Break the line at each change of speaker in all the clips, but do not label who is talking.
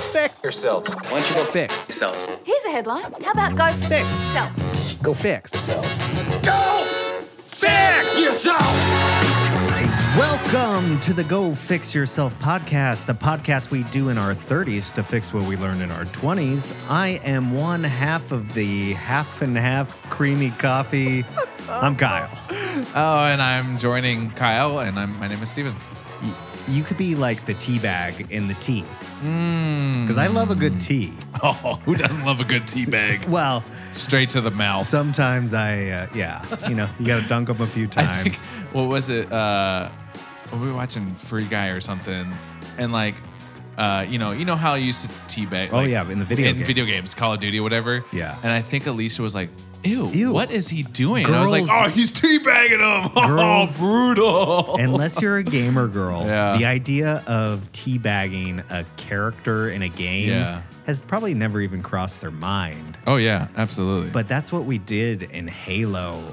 fix
yourselves.
Why don't you go fix
Yourself.
Here's a headline. How about go fix self?
Go fix.
Yourselves.
Welcome to the Go Fix Yourself podcast, the podcast we do in our 30s to fix what we learned in our 20s. I am one half of the half and half creamy coffee. I'm Kyle.
Oh, and I'm joining Kyle, and I'm my name is Steven.
You could be like the tea bag in the tea
Mmm.
because I love a good tea.
Oh, who doesn't love a good tea bag?
Well,
Straight to the mouth.
sometimes I, uh, yeah, you know, you got to dunk them a few
I
times.
think, what was it? Uh, we were watching Free Guy or something, and like, uh, you know, you know how I used to tea bag.
Oh,
like,
yeah, in the video
in
games.
video games, Call of Duty, whatever.
Yeah.
And I think Alicia was like. Ew,
Ew.
what is he doing? And I was like,
Girls-
oh, he's teabagging him. Oh,
Girls-
brutal.
Unless you're a gamer girl,
Yeah.
the idea of teabagging a character in a game
Yeah.
has probably never even crossed their mind.
oh, yeah, absolutely.
But that's what we did in Halo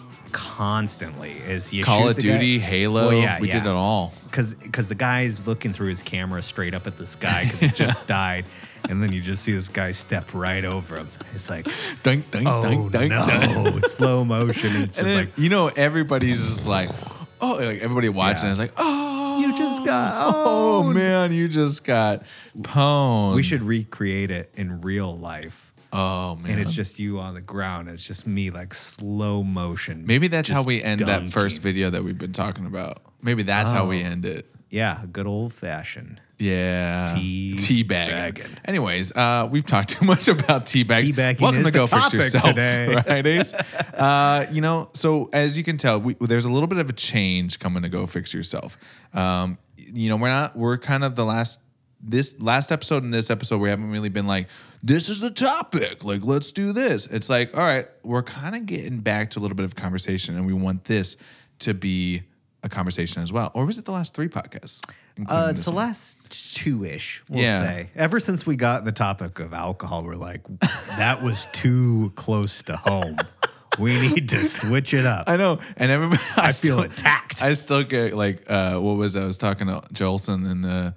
constantly is you
Call
shoot
of
the
Duty,
guy,
Halo,
Well, yeah,
we did it
yeah.
all.
Cause, cause the guy's looking through his camera straight up at the sky because he just died, and then you just see this guy step right over him. It's like,
Dunk, dunk,
oh
dunk, dunk,
no,
dunk.
slow motion. It's just
And then,
like
you know, everybody's just like, oh, like everybody watching
Yeah.
is like, oh,
You just got
oh
owned."
man, you just got pwned.
we should recreate it in real life.
Um, oh man,
and it's just you on the ground. It's just me like slow motion.
maybe that's how
just
we end that first
dunking.
video that we've been talking about. Maybe that's how
Oh.
we end it.
Yeah, good old fashioned.
Yeah,
Tea
bagging.
bagging.
Anyways, uh, we've taled too much about tea bags.
Tea bagging
Welcome
is
to
the
Go Fix
topic
Yourself
today.
Fridays. uh, you know, so as you can tell, we, there's a little bit of a change coming to Go Fix Yourself. Um, you know, we're not. We're kind of the last. This last episode and this episode, we haven't really been like, this is the topic. Like, let's do this. It's like, all right, we're kind of getting back to a little bit of conversation, and we want this to be a conversation as well. Or was it the last three podcasts? including
Uh, it's
this
the
one?
last two ish, we'll
Yeah.
say. Ever since we got the topic of alcohol, we're like, that was too close to home. We need to switch it up.
I know, and everybody. I,
feel
still,
attacked.
I still get like, uh, what was it? I was talking to Jolson, and uh,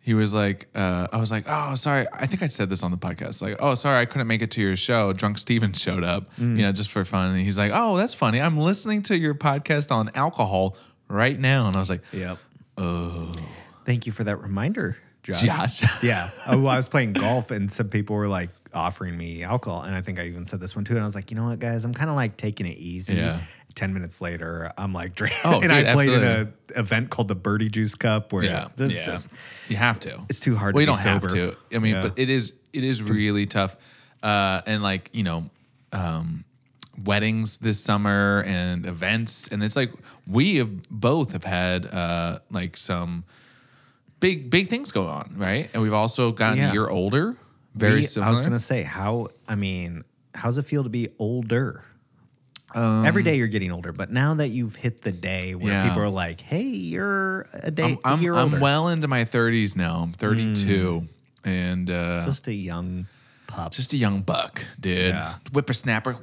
he was like, uh, I was like, oh, sorry, I think I said this on the podcast. Like, oh, sorry, I couldn't make it to your show. Drunk Steven showed up, you know, just for fun, and he's like, oh, that's funny. I'm listening to your podcast on alcohol right now, and I was like,
Yep. Oh. Thank you for that reminder, Josh.
Josh.
yeah. Oh, I was playing golf and some people were like offering me alcohol. And I think I even said this one too. And I was like, you know what, guys, I'm kind of like taking it easy.
Yeah.
10 minutes later, I'm like drinking.
Oh,
and
dude,
I played in
absolutely.
an event called the Birdie Juice Cup where
Yeah,
there's
yeah.
just,
you have to.
It's too hard
Well,
to
you
be
don't have
sober.
to. I mean,
Yeah.
but it is it is really tough. Uh, and like you know, um, weddings this summer and events, and it's like we have both have had uh, like some big big things go on, right? And we've also gotten
Yeah.
a year older. Very
We-
similar.
I was going to say, how, I mean, how's it feel to be older? Every day you're getting older, but now that you've hit the day where
Um, Yeah.
people are like, "Hey, you're a day,
I'm,
a
I'm,
year older," Mm.
I'm well into my 30s now. I'm 32, and uh,
just a young pup.
just a young buck, dude.
Yeah.
Whippersnapper.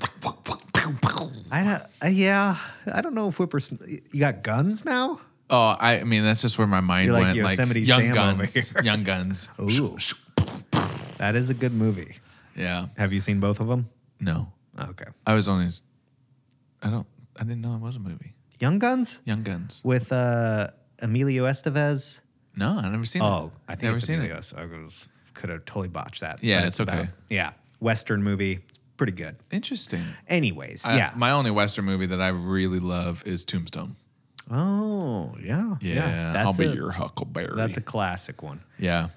I don't, uh, yeah, I don't know if whippers. You got guns now?
Oh, I, I mean, that's just where my mind
You're like
went. Like,
Yosemite
young
Sam over
guns,
here.
young guns.
Ooh, that is a good movie.
Yeah.
Have you seen both of them? Oh,
No,
Okay,
I was only. I don't. I didn't know it was a movie.
Young Guns
Young Guns.
with uh, Emilio Estevez.
No, I never seen it.
Oh, I think
never
it's
seen
Emilio.
it.
So I was- could have totally botched that.
Yeah,
but
it's okay.
yeah, Western movie, pretty good.
Interesting.
Anyways,
I-
yeah.
my only Western movie that I really love is Tombstone.
oh, yeah,
Yeah.
That's
I'll be
a,
your Huckleberry.
That's a classic one.
yeah.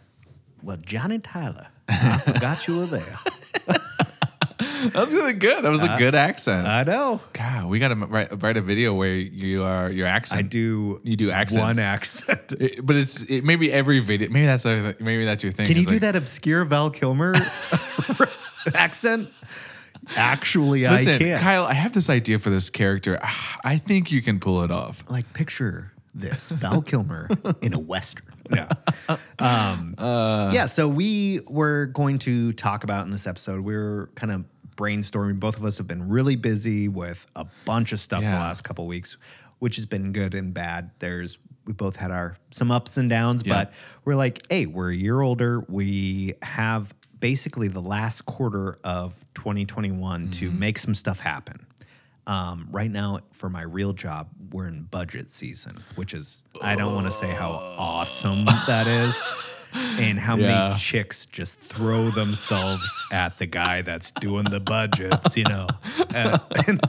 Well, Johnny Tyler, I forgot you were there.
That was really good. That was
Uh,
a good accent.
I know.
God, we got to write, write a video where you are your accent.
I do.
You do accents.
One accent.
It- but it's it, maybe every video. Maybe that's a, maybe that's your thing.
Can you
It's
do
like-
that obscure Val Kilmer accent? Actually, I
Listen,
can.
Kyle, I have this idea for this character. Ah, I think you can pull it off.
like picture this Val Kilmer in a western. Yeah. Um,
Uh,
yeah. So we were going to talk about in this episode. We are kind of brainstorming. Both of us have been really busy with a bunch of stuff the
Yeah.
last couple weeks, which has been good and bad. There's we both had our some ups and downs,
Yeah.
but we're like, hey, we're a year older. We have basically the last quarter of 2021 to
Mm-hmm.
make some stuff happen. Um, right now, for my real job, we're in budget season, which is I don't want to say how awesome that is. And how
Yeah.
many chicks just throw themselves at the guy that's doing the budgets, you know? Uh, and,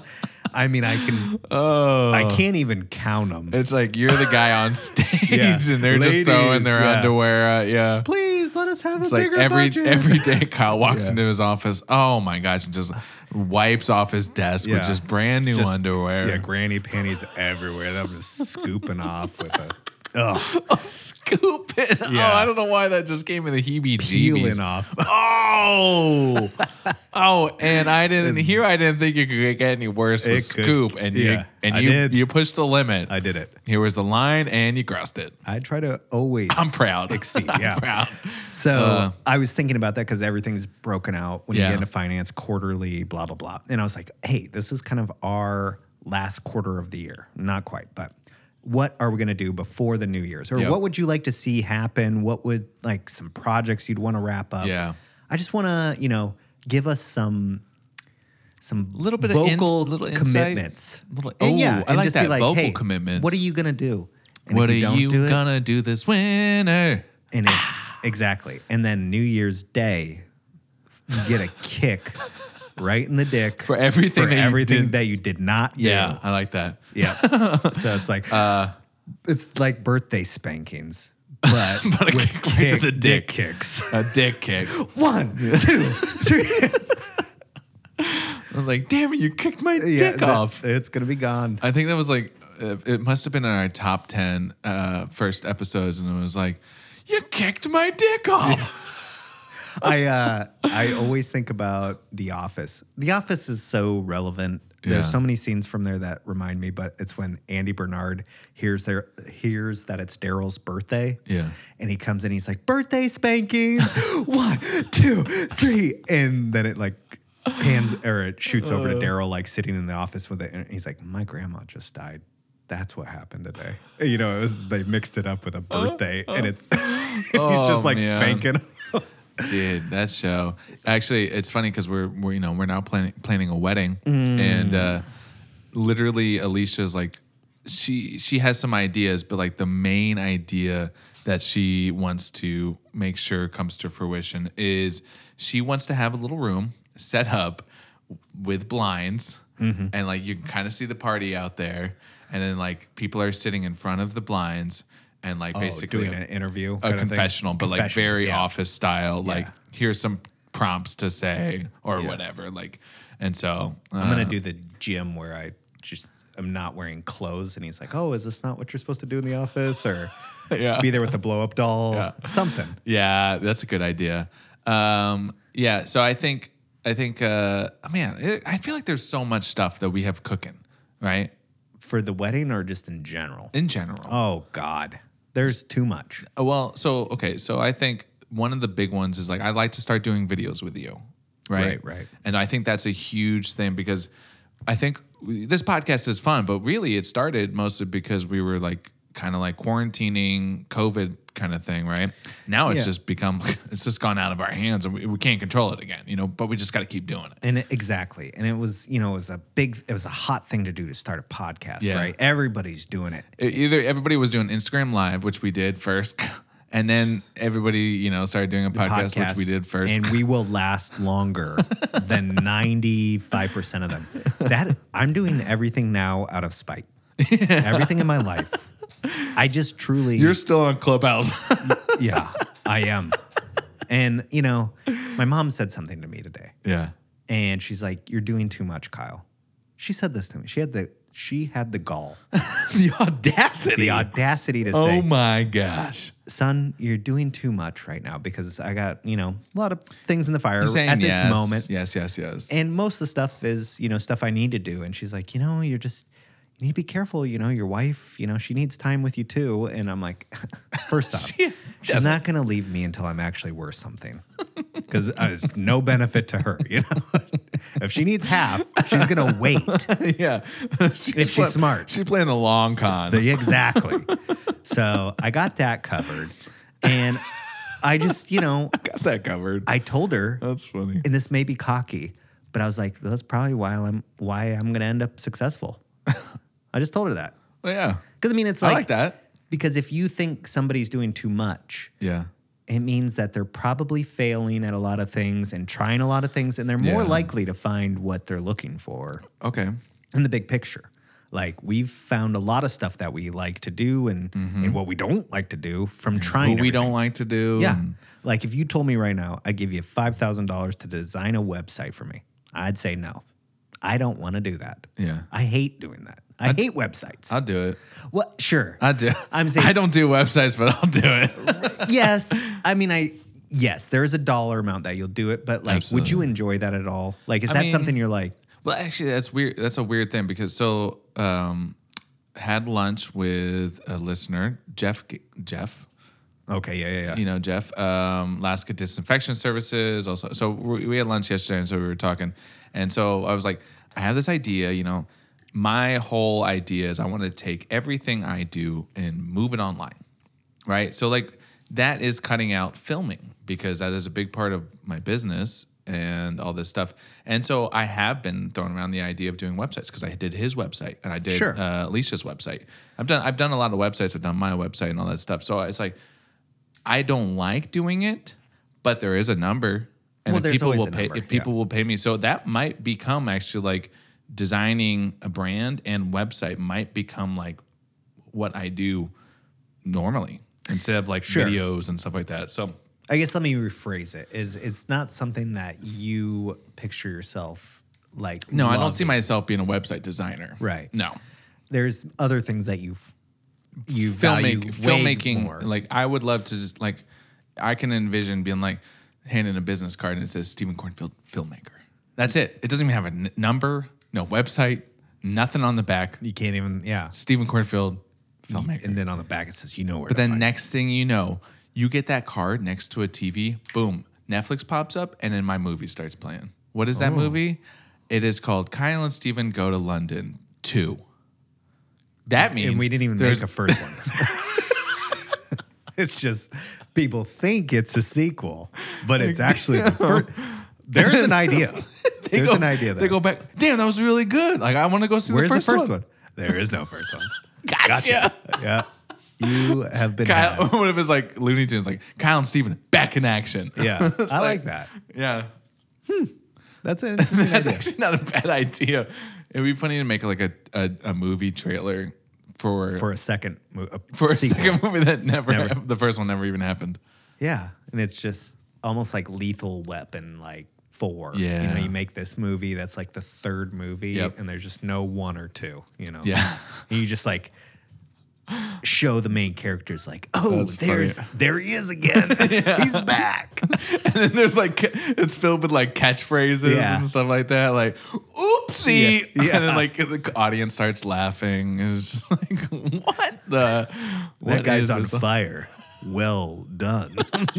I mean, I can
Oh,
I can't even count them.
it's like you're the guy on stage,
Yeah.
and they're just throwing
Ladies,
their
yeah.
underwear. Out. Yeah,
Please let us have
it's
a
like
bigger
every
budget.
every day Kyle walks
Yeah.
into his office. Oh my gosh, and just wipes off his desk
Yeah.
with just brand new
Just-
underwear.
Yeah, granny panties everywhere. That was scooping off with a ugh,
scoop it.
Yeah.
Oh, I don't know why that just came in the heebie-jeebies.
peeling off.
Oh, oh, and I didn't. Here, I didn't think it could get any worse with
It could-
scoop, and you
yeah,
and
I
you
did.
you pushed the limit.
I did it.
Here was the line, and you crossed it.
I try to always.
I'm proud.
Exceed,
I'm
yeah.
proud.
So I was thinking about that because everything's broken out when you
Uh, Yeah.
get into finance quarterly, blah, blah, blah. And I was like, hey, this is kind of our last quarter of the year. Not quite, but what are we going to do before the New Year's? Or
Yep.
what would you like to see happen? What would like some projects you'd want to wrap up?
Yeah.
I just want to, you know, give us some. Some
Little bit of ins-
vocal
little insight.
commitments,
Little-
and yeah,
Ooh,
and
I like
just be
that,
like,
vocal
hey,
commitments.
What are you gonna do? And if
what are
don't
you
do it-
gonna do this winter?
and it,
Ah.
exactly. And then New Year's Day, you get a kick right in the dick
For everything
for
that you
everything
did-
that you did not. do.
Yeah, Uh, I like that.
yeah. so it's like it's like birthday spankings, but,
But a
with
kick right to the dick.
kicks.
A dick kick.
One, two, three.
I was like, damn it, you kicked my
Yeah,
dick
that-
off.
It's gonna be gone.
I think that was like uh, it must have been in our top 10 uh, first episodes, and it was like, you kicked my dick off.
I uh, I always think about The Office. The Office is so relevant. There's
Yeah.
so many scenes from there that remind me, but it's when Andy Bernard hears their hears that it's Daryl's birthday.
Yeah.
And he comes in, he's like, birthday spankings. One, two, three. And then it like pans or it shoots over
Uh.
to Daryl, like sitting in the office with it. And he's like, My grandma just died. That's what happened today. You know, it was they mixed it up with a birthday, and it's he's
Uh, Oh,
just like
man.
spanking.
Dude, that show. Actually, it's funny because we're, we're you know we're now planning planning a wedding, and uh, literally Alicia's like she she has some ideas, but like the main idea that she wants to make sure comes to fruition is she wants to have a little room set up with blinds, and like you can kind of see the party out there, and then like people are sitting in front of the blinds. And like basically
Oh, doing an interview,
Oh, a
kinda thing.
confessional, but like
Confession,
very
yeah.
office style. Like here's some prompts to say or
Yeah. Mm-hmm.
whatever. Like, and so uh,
I'm gonna do the gym where I just am not wearing clothes, and he's like, "Oh, is this not what you're supposed to do in the office?" Or
Yeah.
be there with the blow up doll, something.
yeah, that's a good idea. Um, yeah, so I think I think uh, man, it, I feel like there's so much stuff that we have cooking, right?
for the wedding or just in general?
In general.
Oh God, there's too much.
Uh, Well, so okay, so I think one of the big ones is like I'd like to start doing videos with you, right?
Right, right.
And I think that's a huge thing because I think we- this podcast is fun, but really it started mostly because we were like kind of like quarantining COVID kind of thing, right? Now it's
Yeah.
just become it's just gone out of our hands and we, we can't control it again, you know, but we just got to keep doing it.
And it- exactly, and it was you know it was a big it was a hot thing to do to start a podcast,
Yeah.
right? Everybody's doing it.
It- E, Either everybody was doing Instagram live, which we did first, and then everybody, you know, started doing a podcast, which we did first.
and we will last longer than ninety five percent of them. That I'm doing everything now out of spite. Everything in my life, I just truly
You're still on Clubhouse.
yeah, I am. And you know, my mom said something to me today.
Yeah.
and she's like, "You're doing too much, Kyle." She said this to me. She had the she had the gall,
The audacity.
the audacity to
oh
say,
my gosh.
"Son, you're doing too much right now because I got you know a lot of things in the fire
Saying
at this
yes,
moment,
Yes, yes, yes.
and most of the stuff is you know stuff I need to do." And she's like, "You know, you're just." You need to be careful, you know, your wife, you know, she needs time with you too. And I'm like, first off, she's
doesn't.
not going to leave me until I'm actually worth something because it's no benefit to her, you know. if she needs half, she's going to wait.
yeah. she's
she's smart.
She's playing the long con.
The- exactly. So I got that covered. And I just, you know,
Got that covered.
I told her,
That's funny.
and this may be cocky, but I was like, that's probably why I'm why I'm gonna end up successful. I just told her that.
Well, yeah.
Because I mean it's
I
like,
like that.
Because if you think somebody's doing too much,
Yeah.
it means that they're probably failing at a lot of things and trying a lot of things, and they're more
Yeah.
likely to find what they're looking for
Okay.
in the big picture. Like we've found a lot of stuff that we like to do and and what we don't like to do from
Mm-hmm.
trying.
What we
everything.
don't like to do. Hmm.
Yeah.
and-
Like if you told me right now, I'd give you five thousand dollars to design a website for me, I'd say no. I don't want to do that.
Yeah.
I hate doing that. I hate websites.
I'll do it.
well, sure.
I do.
I'm saying-
I don't do websites, but I'll do it.
yes. I mean, I yes, there is a dollar amount that you'll do it, but like, would you
Absolutely.
enjoy that at all? Like, is
I
that
mean-
something you're like?
well, actually, that's weird. That's a weird thing because so um, had lunch with a listener, Jeff. G- Jeff.
Okay, yeah, yeah, yeah.
you know, Jeff, um, Alaska Disinfection Services. Also, so we, we had lunch yesterday, and so we were talking, and so I was like, I have this idea, you know, my whole idea is I want to take everything I do and move it online, right? So like that is cutting out filming because that is a big part of my business and all this stuff. And so I have been throwing around the idea of doing websites because I did his website and I did
Sure.
uh, Alicia's website. I've done I've done a lot of websites. I've done my website and all that stuff. So it's like I don't like doing it, but there is a number, and
Well,
if
there's
people
always
will
a
pay,
number,
if people will pay me, so that might become actually like designing a brand and website might become like what I do normally instead of like
Sure.
videos and stuff like that. So
I guess let me rephrase it. Is it's not something that you picture yourself like?
no, I don't see
loving.
myself being a website designer.
Right.
No.
There's other things that you've you value
filmmaking
way
filmmaking
more.
like I would love to just like I can envision being like handing a business card and it says Stephen Cornfield filmmaker. That's it. It doesn't even have a n- number, no website, nothing on the back.
you can't even yeah.
Stephen Cornfield filmmaker.
And then on the back it says you know where.
Oh but
to
then
find
next thing you know, you get that card next to a TV, boom, Netflix pops up and then my movie starts playing. What is that
Oh.
movie? It is called Kyle and Stephen Go to London 2. That
it.
means
and we didn't even
there's
make a first one. it's just people think it's a sequel, but it's actually the first. There's an idea. There's
go-
an idea. There.
They go back. Damn, that was really good. Like I want to go see
Where's
the first, one.
There is no first one. Gotcha. yeah. You have been.
Kyle,
had.
what if it's like Looney Tunes, like Kyle and Steven back in action?
Yeah. I
like-
like, that.
yeah.
That's an interesting
That's
idea.
actually not a bad idea. It'd be funny to make like a a, a movie trailer for
For
for,
a second. mo-
a
sequel.
second movie that never,
Never.
hap- the first one never even happened.
Yeah. And it's just almost like Lethal Weapon, like four. You
Yeah.
know, you make this movie that's like the third movie,
Yep.
and there's just no one or two, you know?
Yeah.
And you just like show the main characters, like, oh,
That's funny.
there's there he is again. He's back.
and then there's like ca- it's filled with like catchphrases
Yeah.
and stuff like that. Like oopsie,
Yeah.
and then
Yeah.
like the audience starts laughing. It's just like what the
that
what
guy's
is
on
this?
fire. well done.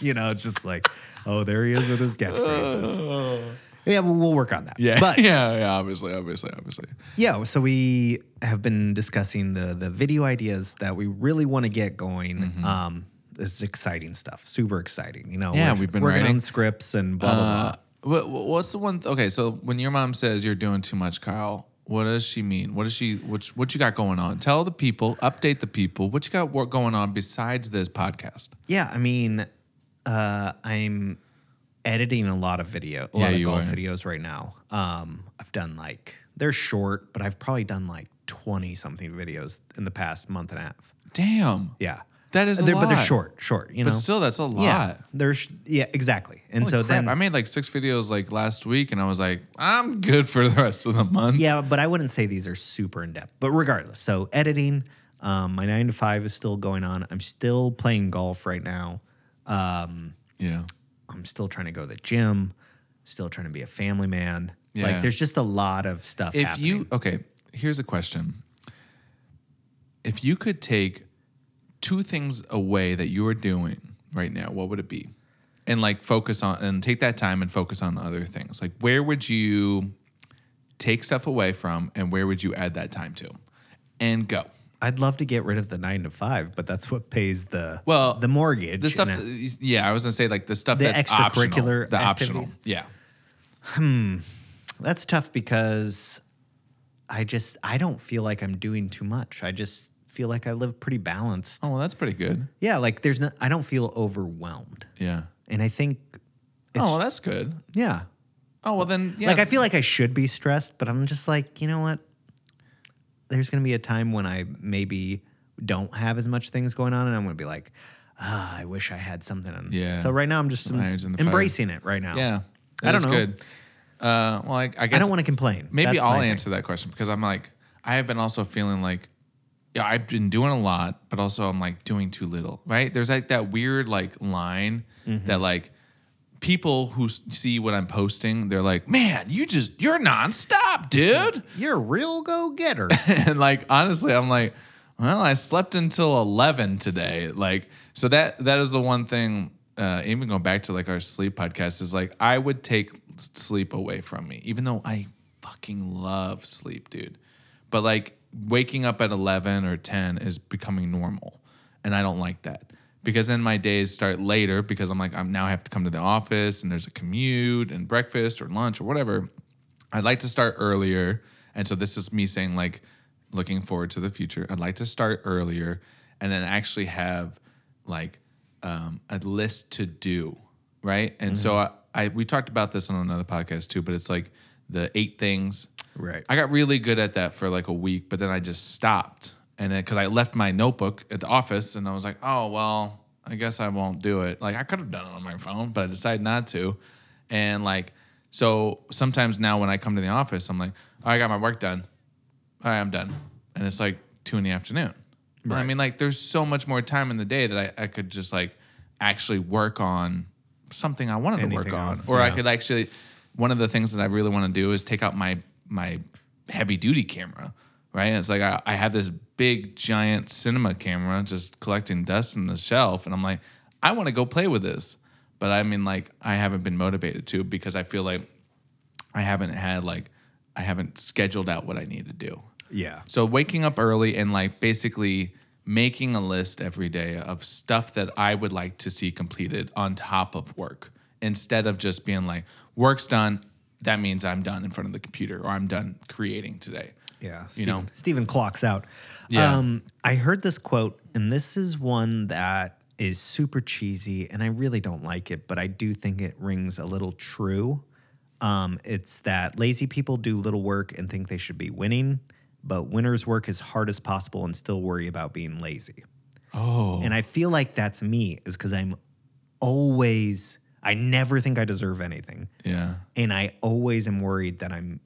you know, it's just like, oh, there he is with his gap phrases. Yeah, well, we'll work on that.
Oh. Yeah,
But
yeah, yeah. Obviously, obviously, obviously.
yeah, so we have been discussing the the video ideas that we really want to get going.
Mm-hmm.
Um, this is exciting stuff. Super exciting. You know,
Yeah,
we're
we've been
working
writing.
on scripts and blah blah blah.
Uh, what, what's the one? Th- okay, so when your mom says you're doing too much, Kyle, what does she mean? What does she? What what you got going on? Tell the people, update the people. What you got wor- going on besides this podcast?
Yeah, I mean, uh, I'm editing a lot of video, a
Yeah,
lot of
you
golf
are.
videos right now. Um, I've done like they're short, but I've probably done like twenty something videos in the past month and a half.
Damn.
Yeah,
That is a
they're, but they're
lot.
short, short. You
But
know,
still, that's a lot.
yeah, they're sh- yeah, exactly. And
so
so then
I made like six videos like last week, and I was like, I'm good for the rest of the month.
Yeah, but I wouldn't say these are super in depth. But regardless, so editing, um, my nine to five is still going on. I'm still playing golf right now. Um,
yeah.
I'm still trying to go to the gym. Still trying to be a family man.
Yeah.
Like, there's just a lot of stuff.
If
happening.
you okay, here's a question. If you could take two things away that you are doing right now, what would it be? And like focus on and take that time and focus on other things. Like where would you take stuff away from and where would you add that time to? And go.
I'd love to get rid of the nine to five, but that's what pays the
Well,
the mortgage.
The stuff,
and I-
yeah, I was gonna say like the stuff
The
that's optional,
extracurricular
the optional,
activities?
yeah.
That's tough because I just I don't feel like I'm doing too much. I just feel like I live pretty balanced.
Oh, well, that's pretty good.
Yeah, like there's not I don't feel overwhelmed.
Yeah.
And I think it's
Oh, well, that's good.
yeah.
Oh well, then yeah.
Like I feel like I should be stressed, but I'm just like, you know what? There's going to be a time when I maybe don't have as much things going on and I'm going to be like, ah, I wish I had something. on."
Yeah.
So right now I'm just
irons in the fire.
embracing it right now.
yeah.
I don't
that's
know.
Good. Uh, well, I, I guess
I don't want to complain.
Maybe
That's my
I'll
thing.
answer that question because I'm like, I have been also feeling like, yeah, I've been doing a lot, but also I'm like doing too little, right? There's like that weird like line
Mm-hmm.
that like people who s- see what I'm posting, they're like, man, you just, you're nonstop, dude.
You're a real go getter.
and like, honestly, I'm like, well, I slept until 11 today. Like, so that, that is the one thing, uh, even going back to like our sleep podcast is like, I would take s- sleep away from me, even though I fucking love sleep, dude. But like waking up at 11 or 10 is becoming normal. And I don't like that because then my days start later because I'm like, I'm now I have to come to the office and there's a commute and breakfast or lunch or whatever. I'd like to start earlier. And so this is me saying, like, looking forward to the future. I'd like to start earlier and then actually have like um, a list to do. Right. And so I, I, we talked about this on another podcast too, but it's like the eight things.
Right.
I got really good at that for like a week, but then I just stopped. And because I left my notebook at the office and I was like, oh, well, I guess I won't do it. Like I could have done it on my phone, but I decided not to. And like, so sometimes now when I come to the office, I'm like, oh, I got my work done. All right, I'm done. And it's like two in the afternoon. I mean, like, there's so much more time in the day that I, I could just like actually work on something I wanted to work
Anything
on.
else,
or I
yeah.
could actually, one of the things that I really want to do is take out my, my heavy duty camera, right? It's like I, I have this big, giant cinema camera just collecting dust in the shelf. And I'm like, I want to go play with this. But I mean, like, I haven't been motivated to because I feel like I haven't had like I haven't scheduled out what I need to do.
yeah.
So waking up early and like basically making a list every day of stuff that I would like to see completed on top of work instead of just being like work's done that means I'm done in front of the computer or I'm done creating today.
Yeah.
You know.
Stephen clocks out.
Yeah.
Um, I heard this quote, and this is one that is super cheesy, and I really don't like it, but I do think it rings a little true. Um, it's that lazy people do little work and think they should be winning, but winners work as hard as possible and still worry about being lazy.
Oh.
And I feel like that's me, is because I'm always, I never think I deserve anything
Yeah.
and I always am worried that I'm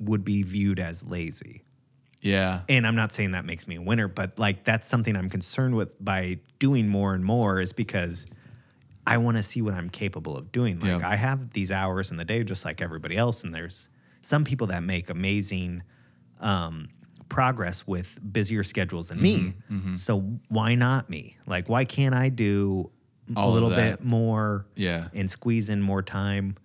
would be viewed as lazy.
Yeah.
And I'm not saying that makes me a winner, but like that's something I'm concerned with by doing more and more is because I want to see what I'm capable of doing. Like
Yeah.
I have these hours in the day just like everybody else and there's some people that make amazing um progress with busier schedules than me.
Mm-hmm,
So why not me? Like why can't I do
All
a
of
little
that.
bit more
Yeah.
and squeeze in more time.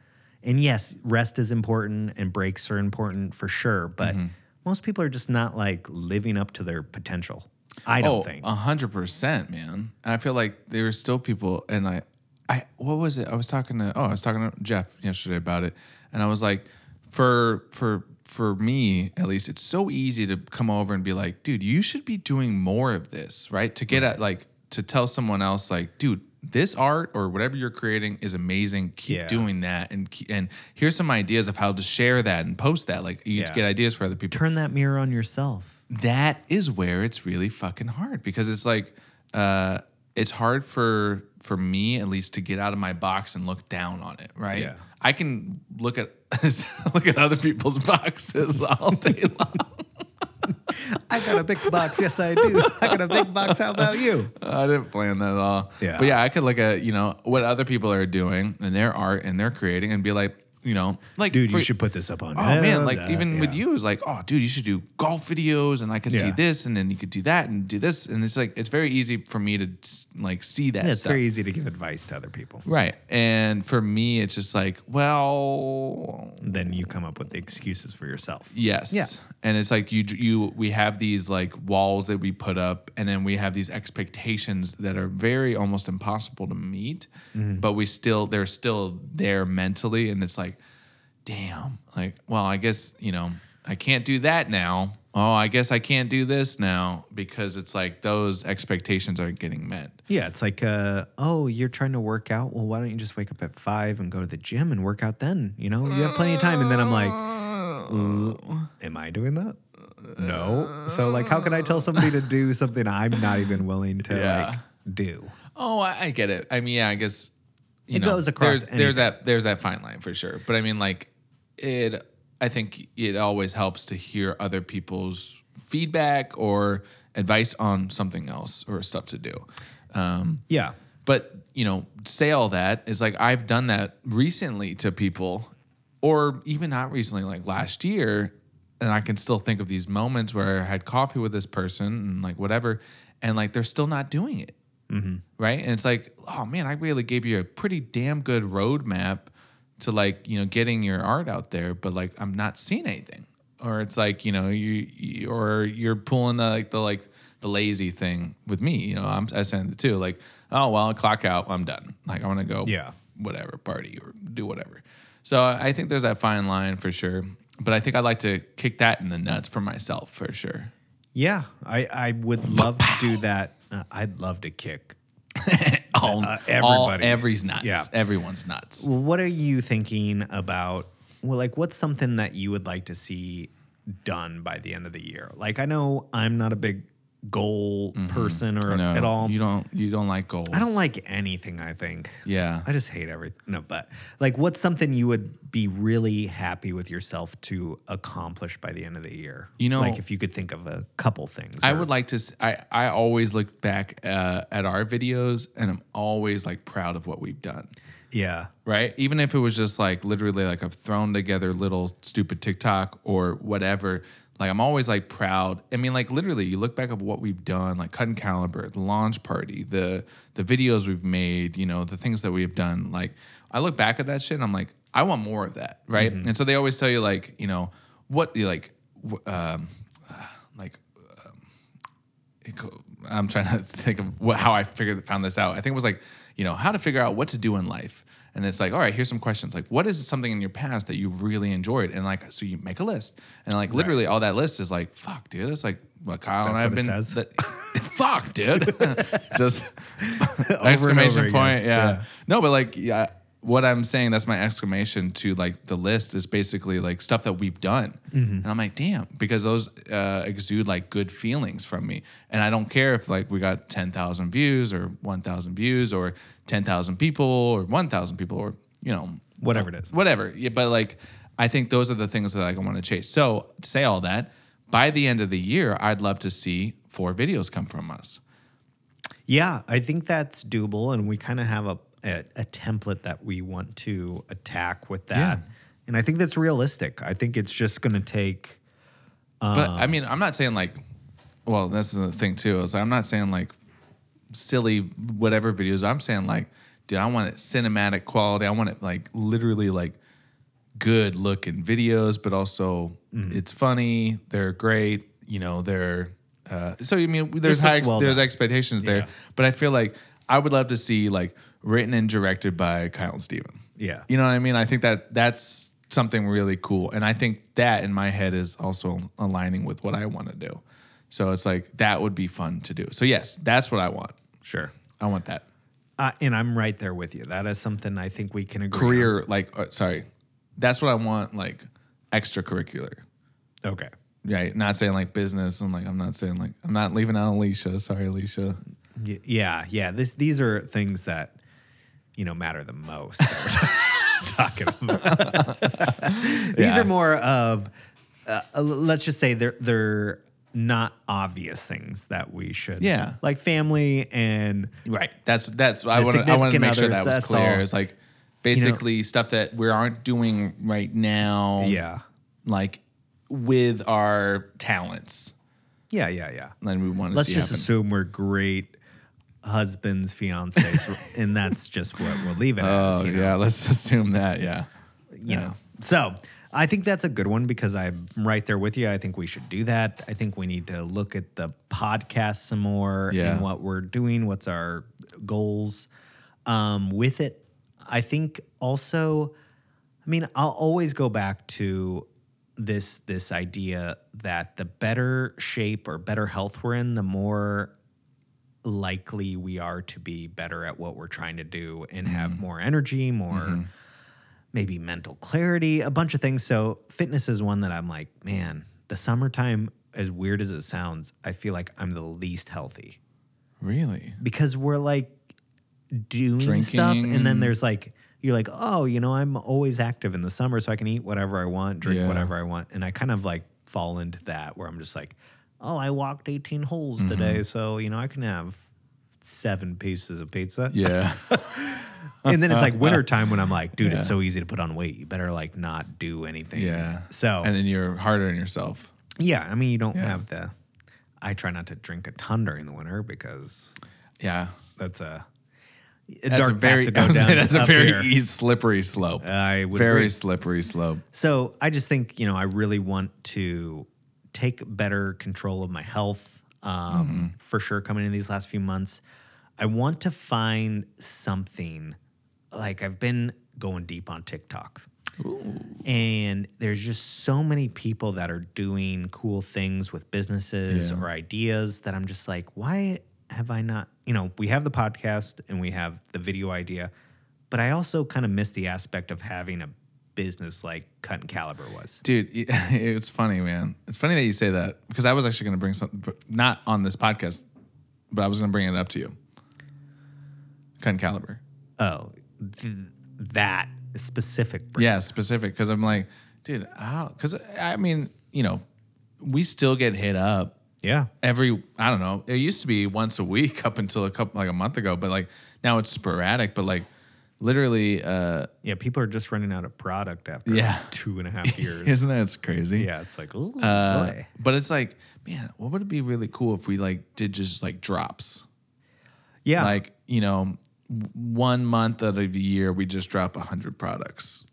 And yes, rest is important and breaks are important for sure, but
Mm-hmm.
most people are just not like living up to their potential. I don't think.
Oh, A hundred percent, man. And I feel like there are still people, and I, I, what was it? I was talking to, oh, I was talking to Jeff yesterday about it, and I was like, for for for me at least, it's so easy to come over and be like, dude, you should be doing more of this, right? To get at like to tell someone else, like, dude. This art or whatever you're creating is amazing. Keep
Yeah.
doing that, and ke- and here's some ideas of how to share that and post that. Like you
Yeah.
get ideas for other people
Turn that mirror on yourself.
that is where it's really fucking hard because it's like uh it's hard for for me at least to get out of my box and look down on it right
Yeah.
i can look at look at other people's boxes all day long
I got a big box. Yes, I do. I got a big box. How about you?
I didn't plan that at all.
Yeah.
But yeah, I could look at, you know, what other people are doing and their art and their creating and be like, you know, like
Dude,
for-
you should put this up on.
Oh man, like
Meta.
even with
Yeah.
you, it's like, oh dude, you should do golf videos, and I could see
Yeah.
this, and then you could do that, and do this, and it's like it's very easy for me to s- like see that
Yeah, it's
stuff.
very easy to give advice to other people.
Right. And for me, it's just like, well,
Then you come up with the excuses for yourself.
yes.
Yeah.
And it's like you you we have these like walls that we put up and then we have these expectations that are very almost impossible to meet, but we still they're still there mentally and it's like damn. Like, well, I guess, you know, I can't do that now. Oh, I guess I can't do this now because it's like those expectations aren't getting met.
Yeah, it's like, uh, oh, you're trying to work out. Well, why don't you just wake up at five and go to the gym and work out then? You know, you have plenty of time. And then I'm like, "Uh, am I doing that? No. So like, how can I tell somebody to do something I'm not even willing to
Yeah.
like do?
Oh, I, I get it. I mean, yeah, I guess you
It
know,
goes across
There's, there's
anything.
that there's that fine line for sure. But I mean, like it. I think it always helps to hear other people's feedback or advice on something else or stuff to do. Um,
Yeah.
but you know, say all that is like I've done that recently to people, or even not recently, like last year, and I can still think of these moments where I had coffee with this person and like whatever, and like they're still not doing it, right? And it's like, oh man, I really gave you a pretty damn good roadmap to like you know getting your art out there, but like I'm not seeing anything, or it's like you know you, you or you're pulling the like the like the lazy thing with me. You know, I'm I send it too. Like, oh well, clock out, I'm done. Like I want to go,
Yeah.
whatever party or do whatever. So I think there's that fine line for sure. But I think I'd like to kick that in the nuts for myself for sure.
Yeah. I, I would love to do that. Uh, I'd love to kick.
All, all
Uh, everybody.
every's nuts.
Yeah.
Everyone's nuts.
Well, what are you thinking about? Well, like, what's something that you would like to see done by the end of the year? Like, I know I'm not a big goal person or
No,
at all.
Mm-hmm. You don't you don't like goals.
I don't like anything, I think.
Yeah.
I just hate everything. No, but like, what's something you would be really happy with yourself to accomplish by the end of the year?
You know-
like if you could think of a couple things.
I
or-
would like to. s- I I always look back uh, at our videos, and I'm always like proud of what we've done.
Yeah.
Right, even if it was just like literally like I've thrown together little stupid TikTok or whatever. Like I'm always like proud. I mean, like literally, you look back at what we've done, like Cut and Caliber, the launch party, the the videos we've made, you know, the things that we have done. Like I look back at that shit, and I'm like, I want more of that, right?
Mm-hmm.
And so they always tell you like, you know, what you like, w- um, like um, it co- I'm trying to think of what, how I figured found this out. I think it was like, you know, how to figure out what to do in life. And it's like, all right, here's some questions. Like, what is something in your past that you really enjoyed? And like, so you make a list. And like, literally, all that list is like, fuck, dude, that's like what Kyle and I
That's
have
what it
been.
says.
that- fuck, dude. Just
over
exclamation
again.
point. Yeah.
Yeah.
No, but like, yeah, what I'm saying, that's my exclamation to like the list is basically like stuff that we've done.
Mm-hmm.
And I'm like, damn, because those uh, exude like good feelings from me. And I don't care if like we got 10,000 views or 1,000 views or 10,000 people or 1,000 people or, you know,
Whatever it is.
Whatever. Yeah, but like, I think those are the things that I want to chase. So, to say all that, by the end of the year, I'd love to see four videos come from us.
Yeah, I think that's doable, and we kind of have a, a a template that we want to attack with that,
Yeah.
and I think that's realistic. I think it's just going to take.
But I mean, I'm not saying like, well, that's the thing too. Is I'm not saying like silly whatever videos. I'm saying like, dude, I want it cinematic quality. I want it like literally like good looking videos, but also it's funny. They're great. You know, they're uh, so. I mean, there's
Just
high
looks
ex-
well
there's
done.
expectations there,
Yeah.
but I feel like I would love to see like written and directed by Kyle and Steven.
Yeah.
You know what I mean? I think that that's something really cool. And I think that in my head is also aligning with what I want to do. So it's like that would be fun to do. So yes, that's what I want.
Sure.
I want that
Uh, and I'm right there with you. That is something I think we can agree. on.
career like uh, sorry. That's what I want like extracurricular.
Okay.
Right? Not saying like business. I'm like I'm not saying like I'm not leaving out Alicia. Sorry Alicia.
Y- Yeah, yeah. This these are things that you know matter the most. that we're talking about. these
Yeah.
are more of uh, uh, let's just say they're they're not obvious things that we should
Yeah.
like family and
Right. That's that's I
The
want I want to
significant
make sure
others,
that was
that's
clear.
all.
It's like Basically, stuff that we aren't doing right now.
Yeah.
Like with our talents,
Yeah, yeah, yeah.
and we want to
Let's
see
just
happen.
assume we're great husbands, fiancés, and that's just what we'll leave it as.
Oh
you know?
yeah, let's assume that. Yeah.
you know. So I think that's a good one because I'm right there with you. I think we should do that. I think we need to look at the podcast some more
Yeah.
and what we're doing, what's our goals um, with it. I think also, I mean, I'll always go back to this this idea that the better shape or better health we're in, the more likely we are to be better at what we're trying to do and
Mm-hmm.
have more energy, more maybe mental clarity, a bunch of things. So fitness is one that I'm like, man, the summertime, as weird as it sounds, I feel like I'm the least healthy
Really?
because we're like doing stuff
Drinking
and then
and-
there's like you're like oh you know i'm always active in the summer so i can eat whatever i want drink
Yeah.
whatever i want and i kind of like fall into that where i'm just like oh i walked 18 holes
Mm-hmm.
today so you know i can have seven pieces of pizza
Yeah.
and then it's like wintertime when i'm like dude it's so easy to put on weight you better like not do anything
yeah.
so
and then you're harder on yourself.
yeah i mean you don't have the i try not to drink a ton during the winter because
Yeah.
that's a, a
That's
dark
a very
path to go
I was gonna
down.
say that's a
up
very
here.
easy, slippery slope.
I would
very
agree.
slippery slope.
So I just think you know I really want to take better control of my health um,
Mm-hmm.
for sure. Coming in these last few months, I want to find something like I've been going deep on TikTok. And there's just so many people that are doing cool things with businesses
Yeah.
or ideas that I'm just like, why have I not? You know, we have the podcast and we have the video idea, but I also kind of miss the aspect of having a business like Cut and Caliber was.
Dude, it- it's funny, man. It's funny that you say that because I was actually going to bring something, but not on this podcast, but I was going to bring it up to you. Cut and caliber.
Oh, th- that specific brand.
Yeah, specific. Because I'm like, dude, because I mean, you know, we still get hit up
Yeah.
every I don't know. It used to be once a week up until a couple like a month ago, but like now it's sporadic. But like literally, uh,
Yeah. People are just running out of product after
Yeah.
two and a half years.
isn't that crazy?
yeah. It's like, ooh,
Uh,
boy.
but it's like, man, what would it be really cool if we like did just like drops?
yeah.
Like, you know, w- one month out of the year, we just drop 100 products.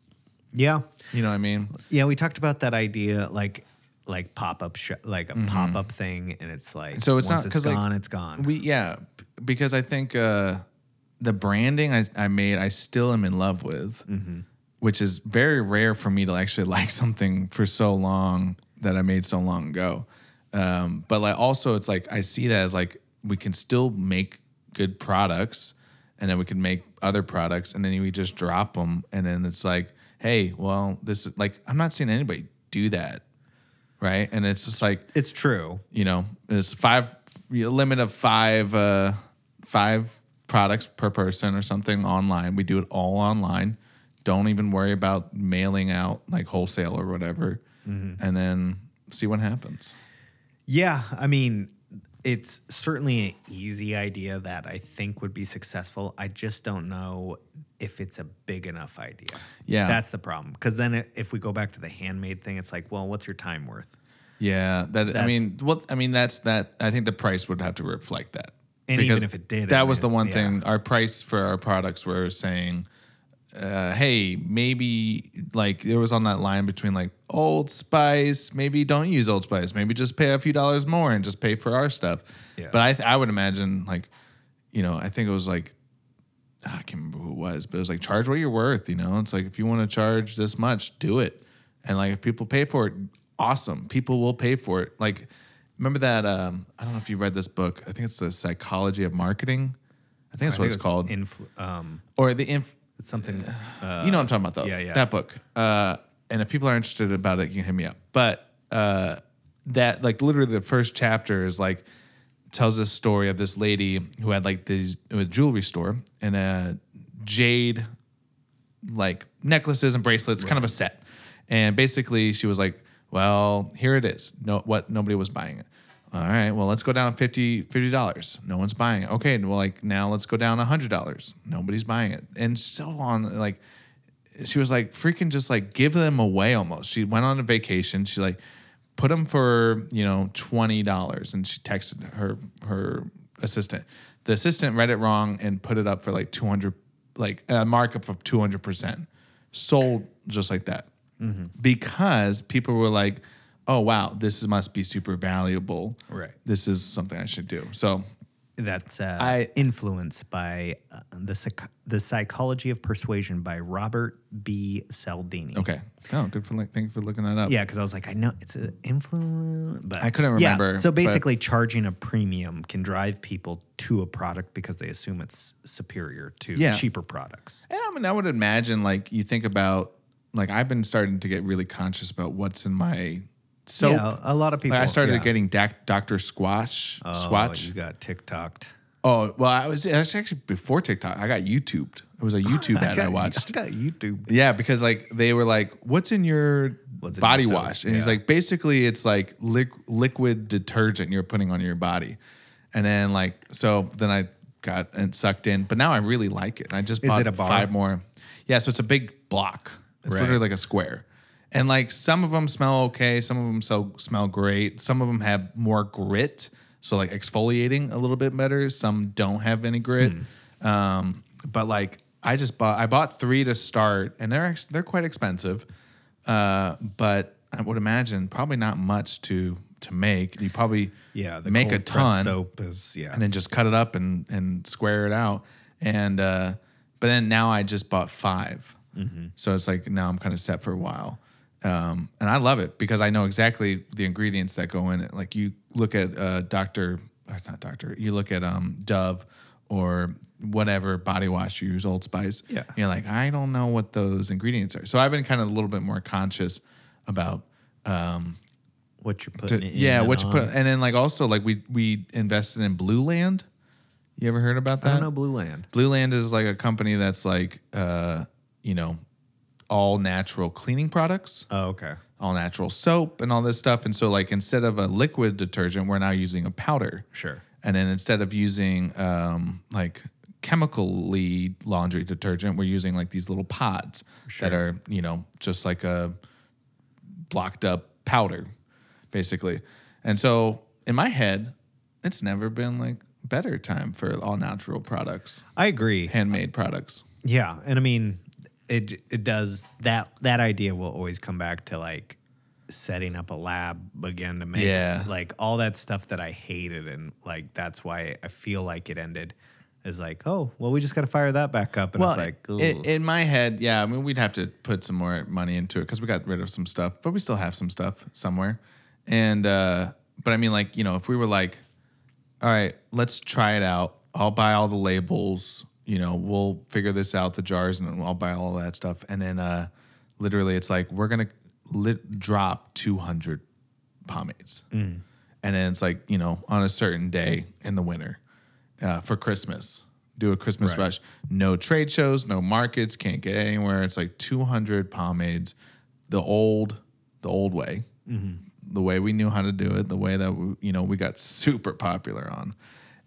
yeah.
You know what I mean?
Yeah, we talked about that idea, like like pop up, sh- like a pop up thing, and it's like
Mm-hmm. So it's
once
not-
it's
'cause, like,
gone, it's gone.
We, yeah, b- because I think uh, the branding I, I made, I still am in love with, which is very rare for me to actually like something for so long that I made so long ago. Um, but like also, it's like I see that as like we can still make good products, and then we can make other products, and then we just drop them, and then it's like, hey, well, this is like I'm not seeing anybody do that, right? And it's just like
it's true.
you know, it's five a limit of five uh, five products per person or something online. We do it all online. Don't even worry about mailing out like wholesale or whatever, and then see what happens.
Yeah, I mean, it's certainly an easy idea that I think would be successful. I just don't know if it's a big enough idea.
Yeah.
that's the problem. Because then i- if we go back to the handmade thing, it's like, well, what's your time worth?
Yeah, that I
That's-
mean, well, I mean that's that. I think the price would have to reflect that.
And even if it did, I
that was the
mean,
one
yeah.
thing. Our price for our products were saying, uh, "Hey, maybe like there was on that line between like Old Spice. Maybe don't use Old Spice. Maybe just pay a few dollars more and just pay for our stuff."
Yeah.
But I th- I would imagine like, you know, I think it was like I can't remember who it was, but it was like charge what you're worth. You know, it's like if you want to charge this much, do it. And like if people pay for it, awesome. People will pay for it. Like remember that? Um, I don't know if you read this book. I think it's the Psychology of Marketing. I think that's what
I think
it's, called,
Influ- um,
or the inf-
it's something. Uh,
you know what I'm talking about though.
yeah, yeah.
That book. Uh, and if people are interested about it, you can hit me up. But uh, that like literally the first chapter is like tells this story of this lady who had like these it was a jewelry store and a jade like necklaces and bracelets, kind of a set. And basically, she was like, "Well, here it is. No, what nobody was buying it. All right. Well, let's go down 50 dollars. No one's buying it. Okay. Well, like now, let's go down hundred dollars. Nobody's buying it, and so on. Like she was like freaking just like give them away almost. She went on a vacation. She like put them for you know twenty dollars, and she texted her her assistant. The assistant read it wrong and put it up for like two hundred, like a markup of two hundred percent. Sold just like that
Mm-hmm.
because people were like, "Oh wow, this is, must be super valuable.
Right.
This is something I should do." So
That's uh,
I-
influenced by uh, the psych- the psychology of persuasion by Robert B. Cialdini.
okay, oh, good for like, thank you for looking that up.
Yeah, because I was like, I know it's an influence, but
I couldn't
Yeah,
remember,
So
but-
basically, charging a premium can drive people to a product because they assume it's superior to
Yeah.
cheaper products.
And I mean, I would imagine like you think about like I've been starting to get really conscious about what's in my soap.
yeah, a lot of people.
Like I started
yeah.
getting Dac- Dr. Squash.
Oh,
Squatch.
You got TikToked.
oh, well, I was, that's actually before TikTok. I got YouTubed. It was a YouTube ad I watched.
I got YouTube.
Yeah, because like they were like, "What's in your
What's in
body
your soap?
wash?" And he's
Yeah.
like, "Basically, it's like liq- liquid detergent you're putting on your body." And then like, so then I got and sucked in, but now I really like it. I just
Is
bought
it a bar?
five more. Yeah, so it's a big block. It's
Right.
literally like a square. And like some of them smell okay, some of them so, smell great, some of them have more grit, so like exfoliating a little bit better. Some don't have any grit.
Hmm.
Um, but like I just bought I bought three to start, and they're actually they're quite expensive. Uh, but I would imagine probably not much to to make. You probably
Yeah, the
make a
cold pressed
ton
Soap is yeah.
and then just cut it up and and square it out. And uh, but then now I just bought 5
Mm-hmm.
so it's like now I'm kind of set for a while. Um, and I love it because I know exactly the ingredients that go in it. Like you look at uh, Doctor, or not Doctor, you look at um, Dove or whatever body wash you use, Old Spice.
Yeah.
you're like I don't know what those ingredients are. So I've been kind of a little bit more conscious about
what you're putting? in
Uh, yeah,
and
what you put,
on.
and then like also like we we invested in Blue Land. You ever heard about
I
that?
don't know Oh, Blue Land.
Blue Land is like a company that's like uh, you know, all natural cleaning products,
Oh, okay.
all natural soap and all this stuff. And so like instead of a liquid detergent, we're now using a powder.
Sure.
And then instead of using um like chemically laundry detergent, we're using like these little pods that are, you know, just like a blocked up powder, basically. And so in my head, it's never been like better time for all natural products,
I agree.
handmade products.
Yeah, and I mean, it it does that that idea will always come back to like setting up a lab again to make
Yeah.
like all that stuff that I hated and like that's why I feel like it ended is like oh well we just got to fire that back up and
Well,
it's like
i-
ugh.
in my head, yeah, I mean, we'd have to put some more money into it because we got rid of some stuff, but we still have some stuff somewhere. And, uh, but I mean, like, you know, if we were like, all right, let's try it out. I'll buy all the labels. You know, we'll figure this out, the jars, and I'll buy all that stuff. And then, uh, literally, it's like we're gonna lit- drop 200 pomades,
Mm.
and then it's like you know, on a certain day in the winter uh, for Christmas, do a Christmas rush. No trade shows, no markets, can't get anywhere. It's like 200 pomades, the old, the old way the way we knew how to do it, the way that we, you know we got super popular on.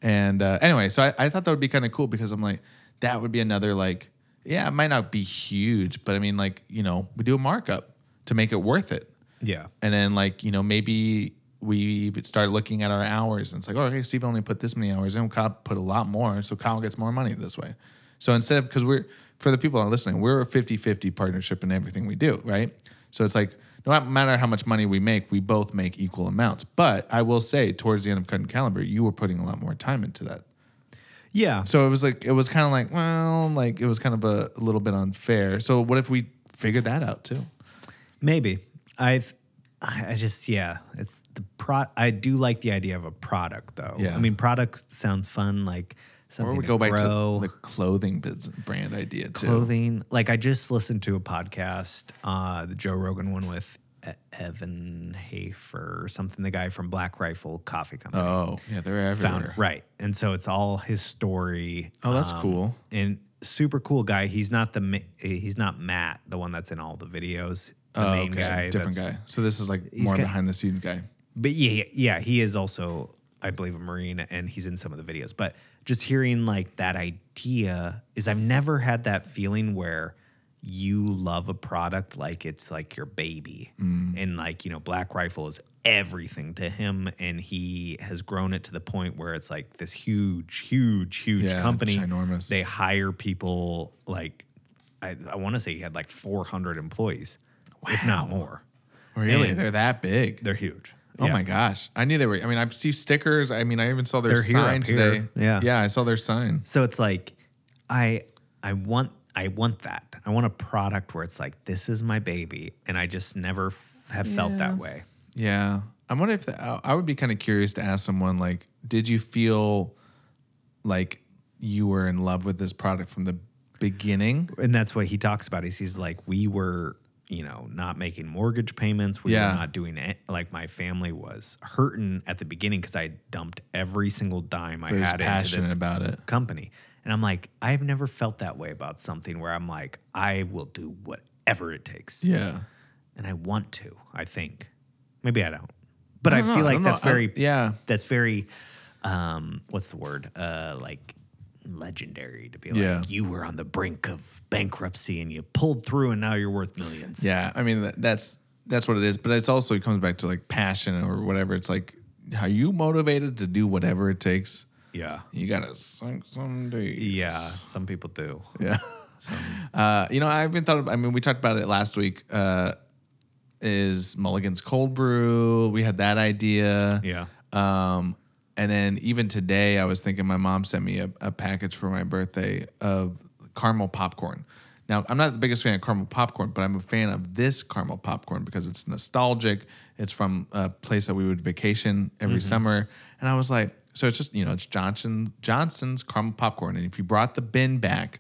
And uh, anyway, so I, I thought that would be kind of cool because I'm like, that would be another like, yeah, it might not be huge, but I mean, like, you know, we do a markup to make it worth it.
yeah
And then like, you know, maybe we start looking at our hours and it's like, oh, okay, Steve only put this many hours in. Kyle put a lot more. So Kyle gets more money this way. So instead of, because we're, for the people that are listening, we're a 50 50 partnership in everything we do, right? So it's like, no matter how much money we make, we both make equal amounts. But I will say, towards the end of Cut and Caliber, you were putting a lot more time into that.
yeah
So it was like, it was kind of like, well, like it was kind of a, a little bit unfair. So what if we figured that out too?
Maybe I've I I just yeah, it's the pro. I do like the idea of a product though.
Yeah.
I mean, product sounds fun. Like
Or
something
we
to
go back
grow,
to the clothing biz- brand idea too.
clothing. Like I just listened to a podcast, uh, the Joe Rogan one with E- Evan Hafer or something, the guy from Black Rifle Coffee Company.
Oh, yeah, they're everywhere.
founder, right? um, And so it's all his story.
Oh, that's cool.
and super cool guy. He's not the ma- he's not Matt, the one that's in all the videos. The
Oh,
main
okay,
guy,
different
that's-
guy. So this is like more
got-
behind the scenes guy.
but yeah, yeah, he is also, I believe, a Marine and he's in some of the videos. But just hearing like that idea is I've never had that feeling where you love a product like it's like your baby.
Mm.
And like, you know, Black Rifle is everything to him. And he has grown it to the point where it's like this huge, huge, huge
Yeah,
company.
ginormous.
They hire people like, I, I want to say he had like 400 employees, if not more.
Really?
And-
they're that big.
They're huge.
oh
Yeah.
my gosh. I knew they were. I mean, I see stickers. I mean, I even saw their
They're here
sign
up here.
today.
Yeah.
Yeah, I saw their sign.
So it's like I I want I want that. I want a product where it's like this is my baby and I just never f- have felt that way.
Yeah. I wonder if the, I- I would be kind of curious to ask someone like, did you feel like you were in love with this product from the beginning?
And that's what he talks about. Is he's like we were, you know, not making mortgage payments. We
Yeah.
were not doing it. Like my family was hurting at the beginning cuz I dumped every single dime I
Very
had into
passionate
this
about it.
company. And I'm like, I've never felt that way about something where I'm like, I will do whatever it takes.
Yeah.
and I want to. I think maybe I don't, but
I
I,
don't know,
feel
I
like
don't
that's
know, I
very
don't- yeah.
That's very um, what's the word? Uh, like legendary to be like
Yeah.
you were on the brink of bankruptcy and you pulled through and now you're worth millions.
Yeah, I mean that, that's that's what it is, but it's also it comes back to like passion or whatever. It's like how you motivated to do whatever it takes.
yeah,
You gotta sink some days.
yeah. Some people do.
Yeah. Uh, you know, I've been thought. Of, I mean, we talked about it last week. Uh, is Mulligan's cold brew? We had that idea.
Yeah.
Um, and then even today, I was thinking my mom sent me a, a package for my birthday of caramel popcorn. Now, I'm not the biggest fan of caramel popcorn, but I'm a fan of this caramel popcorn because it's nostalgic. It's from a place that we would vacation every summer. And I was like, so it's just, you know, it's Johnson, Johnson's caramel popcorn. And if you brought the bin back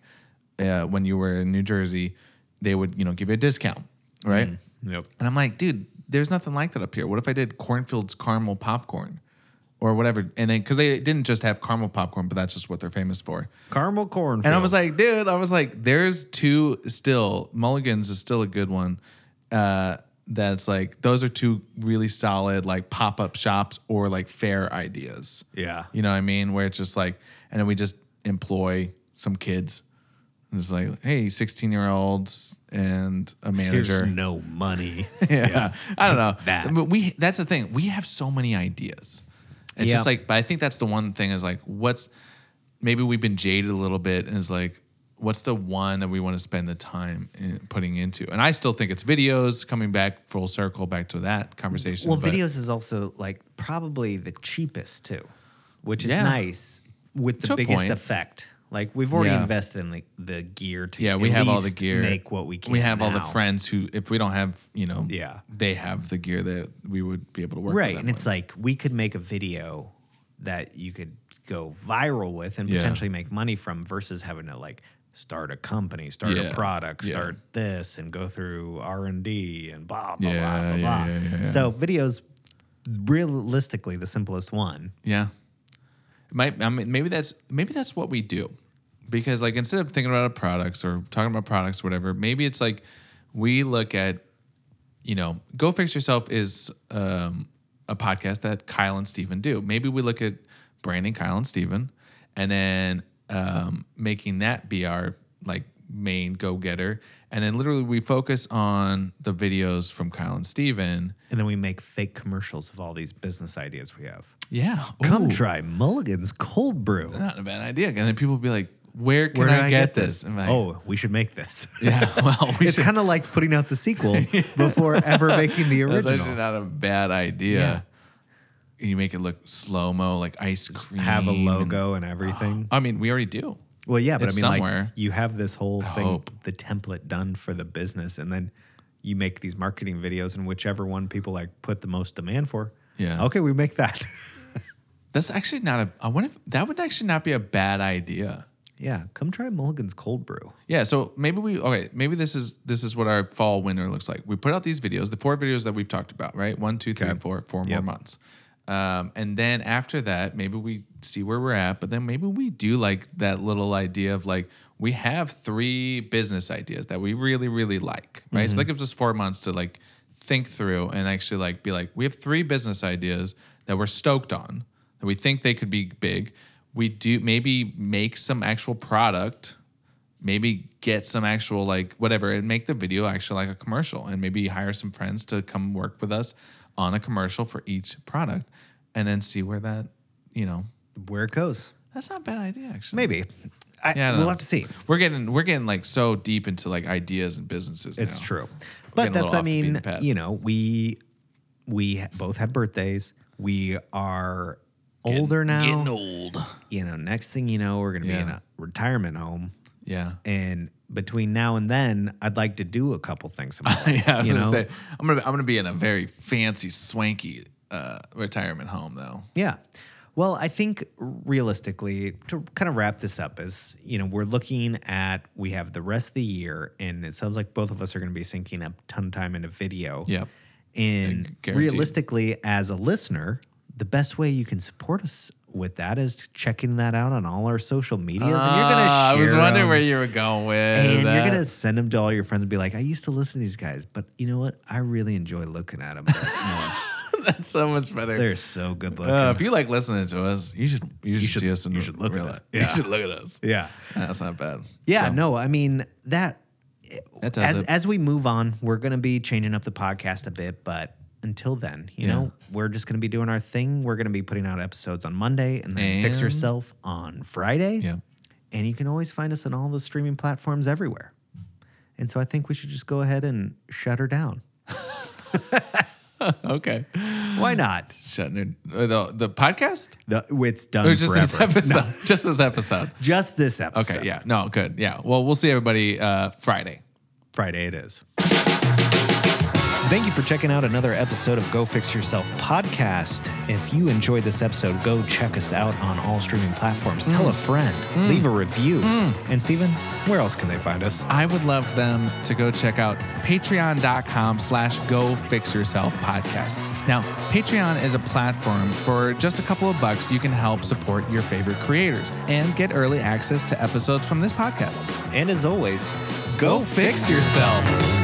uh, when you were in New Jersey, they would, you know, give you a discount, right?
Yep.
And I'm like, dude, there's nothing like that up here. What if I did Cornfield's caramel popcorn or whatever? And then, because they didn't just have caramel popcorn, but that's just what they're famous for.
Caramel corn.
And I was like, dude, I was like, there's two still. Mulligan's is still a good one. Uh, that's like, those are two really solid, like pop up shops or like fair ideas.
yeah,
You know what I mean? Where it's just like, and then we just employ some kids. And it's like, hey, 16 year olds and a
here's
manager
no money.
yeah. I don't know.
That.
But we that's the thing. We have so many ideas. It's
Yeah.
just like but I think that's the one thing is like what's maybe we've been jaded a little bit and is like what's the one that we want to spend the time in, putting into? And I still think it's videos coming back full circle back to that conversation.
Well,
but-
videos is also like probably the cheapest too, which is
Yeah.
nice with the
To a
biggest
point.
effect. Like we've already
Yeah.
invested in the, the gear to
Yeah, we
at
have all the
least
gear.
make what we can.
We have all the
now.
friends who if we don't have, you know,
Yeah.
they have the gear that we would be able to work with
right?
them
And it's
with.
like we could make a video that you could go viral with and
Yeah.
potentially make money from versus having to like start a company, start
Yeah.
a product,
Yeah.
start this, and go through R and D and blah blah
Yeah,
blah blah
yeah,
blah.
yeah, yeah, yeah.
So videos, realistically, the simplest one.
Yeah. It Might I mean, maybe that's maybe that's what we do. Because like instead of thinking about our products or talking about products, whatever, maybe it's like we look at, you know, Go Fix Yourself is um, a podcast that Kyle and Steven do. Maybe we look at branding Kyle and Steven and then um, making that be our like main go getter. And then literally we focus on the videos from Kyle and Steven.
And then we make fake commercials of all these business ideas we have.
Yeah.
Come
Ooh.
try Mulligan's cold brew.
not a bad idea. And then people be like, where can I, get, this? I'm like,
oh, we should make this.
yeah, well, we
it's
should.
kind of like putting out the sequel before ever making the
That's actually
original.
not a bad idea. You make it look slow mo, like ice cream.
Have a
and-
logo and everything.
I mean, we already do.
Well, yeah, but I
It's
mean, like,
somewhere.
you have this whole thing,
hope.
the template done for the business, and then you make these marketing videos, and whichever one people like put the most demand for,
Yeah.
okay, we make that.
That's actually not a. I wonder if that would actually not be a bad idea.
yeah, come try Mulligan's cold brew.
Yeah, so maybe we okay, maybe this is this is what our fall winter looks like. We put out these videos, the four videos that we've talked about, right? One, two, three,
Okay.
four, four more
Yep.
months. Um, and then after that, maybe we see where we're at, but then maybe we do like that little idea of like we
Mm-hmm.
have three business ideas that we really, really like, right? So that gives us four months to like think through and actually like be like, we have three business ideas that we're stoked on that we think they could be big. We do maybe make some actual product, maybe get some actual like whatever, and make the video actually like a commercial, and maybe hire some friends to come work with us on a commercial for each product, and then see where that you know
Where it goes.
that's not a bad idea actually.
Maybe. I,
Yeah, I don't
we'll
know.
have to see.
We're getting we're getting like so deep into like ideas and businesses.
It's
now.
true.
We're
But
getting a
that's,
little
I
off the beaten
mean,
path.
you know, we we ha- both had birthdays. We are older now.
Getting old.
You know, next thing you know, we're going to be in
Yeah.
a retirement home.
Yeah.
And between now and then, I'd like to do a couple things. in my life,
yeah, I was
you
gonna
know?
say I'm gonna I'm gonna be in a very fancy, swanky uh, retirement home though.
Yeah. Well, I think realistically, to kind of wrap this up, is you know we're looking at we have the rest of the year, and it sounds like both of us are going to be sinking a ton of time into video.
Yep.
And
Guaranteed.
realistically, as a listener, the best way you can support us with that is checking that out on all our social medias, and you're going to.
Ah, I was wondering
them,
where you were going with.
And
that.
you're gonna send them to all your friends and be like, "I used to listen to these guys, but you know what? I really enjoy looking at them.
That's so much better.
They're so good looking."
Uh, if you like listening to us, you should you should,
should-
see us and
you should look at
real
it.
life. You should look at us.
yeah.
That's not bad.
Yeah,
So,
no, I mean that.
that does
As
it.
as we move on, we're gonna be changing up the podcast a bit, but until then, you
Yeah.
know, we're just gonna be doing our thing. We're gonna be putting out episodes on Monday, and then fix
And-
yourself on Friday.
Yeah.
and you can always find us on all the streaming platforms everywhere. And so I think we should just go ahead and shut her down.
okay.
Why not?
Shutting it- uh, the the podcast
The, it's done
or just this
forever.
episode? Just this episode.
Just this episode.
Okay. Yeah. No. Good. Yeah. Well, we'll see everybody uh, Friday.
Friday it is. Thank you for checking out another episode of Go Fix Yourself podcast. If you enjoyed this episode, go check us out on all streaming platforms. Tell a friend, leave a review. And Steven, where else can they find us?
I would love them to go check out patreon.com slash go fix yourself podcast. Now, Patreon is a platform for just a couple of bucks you can help support your favorite creators and get early access to episodes from this podcast.
And as always,
Go fix yourself.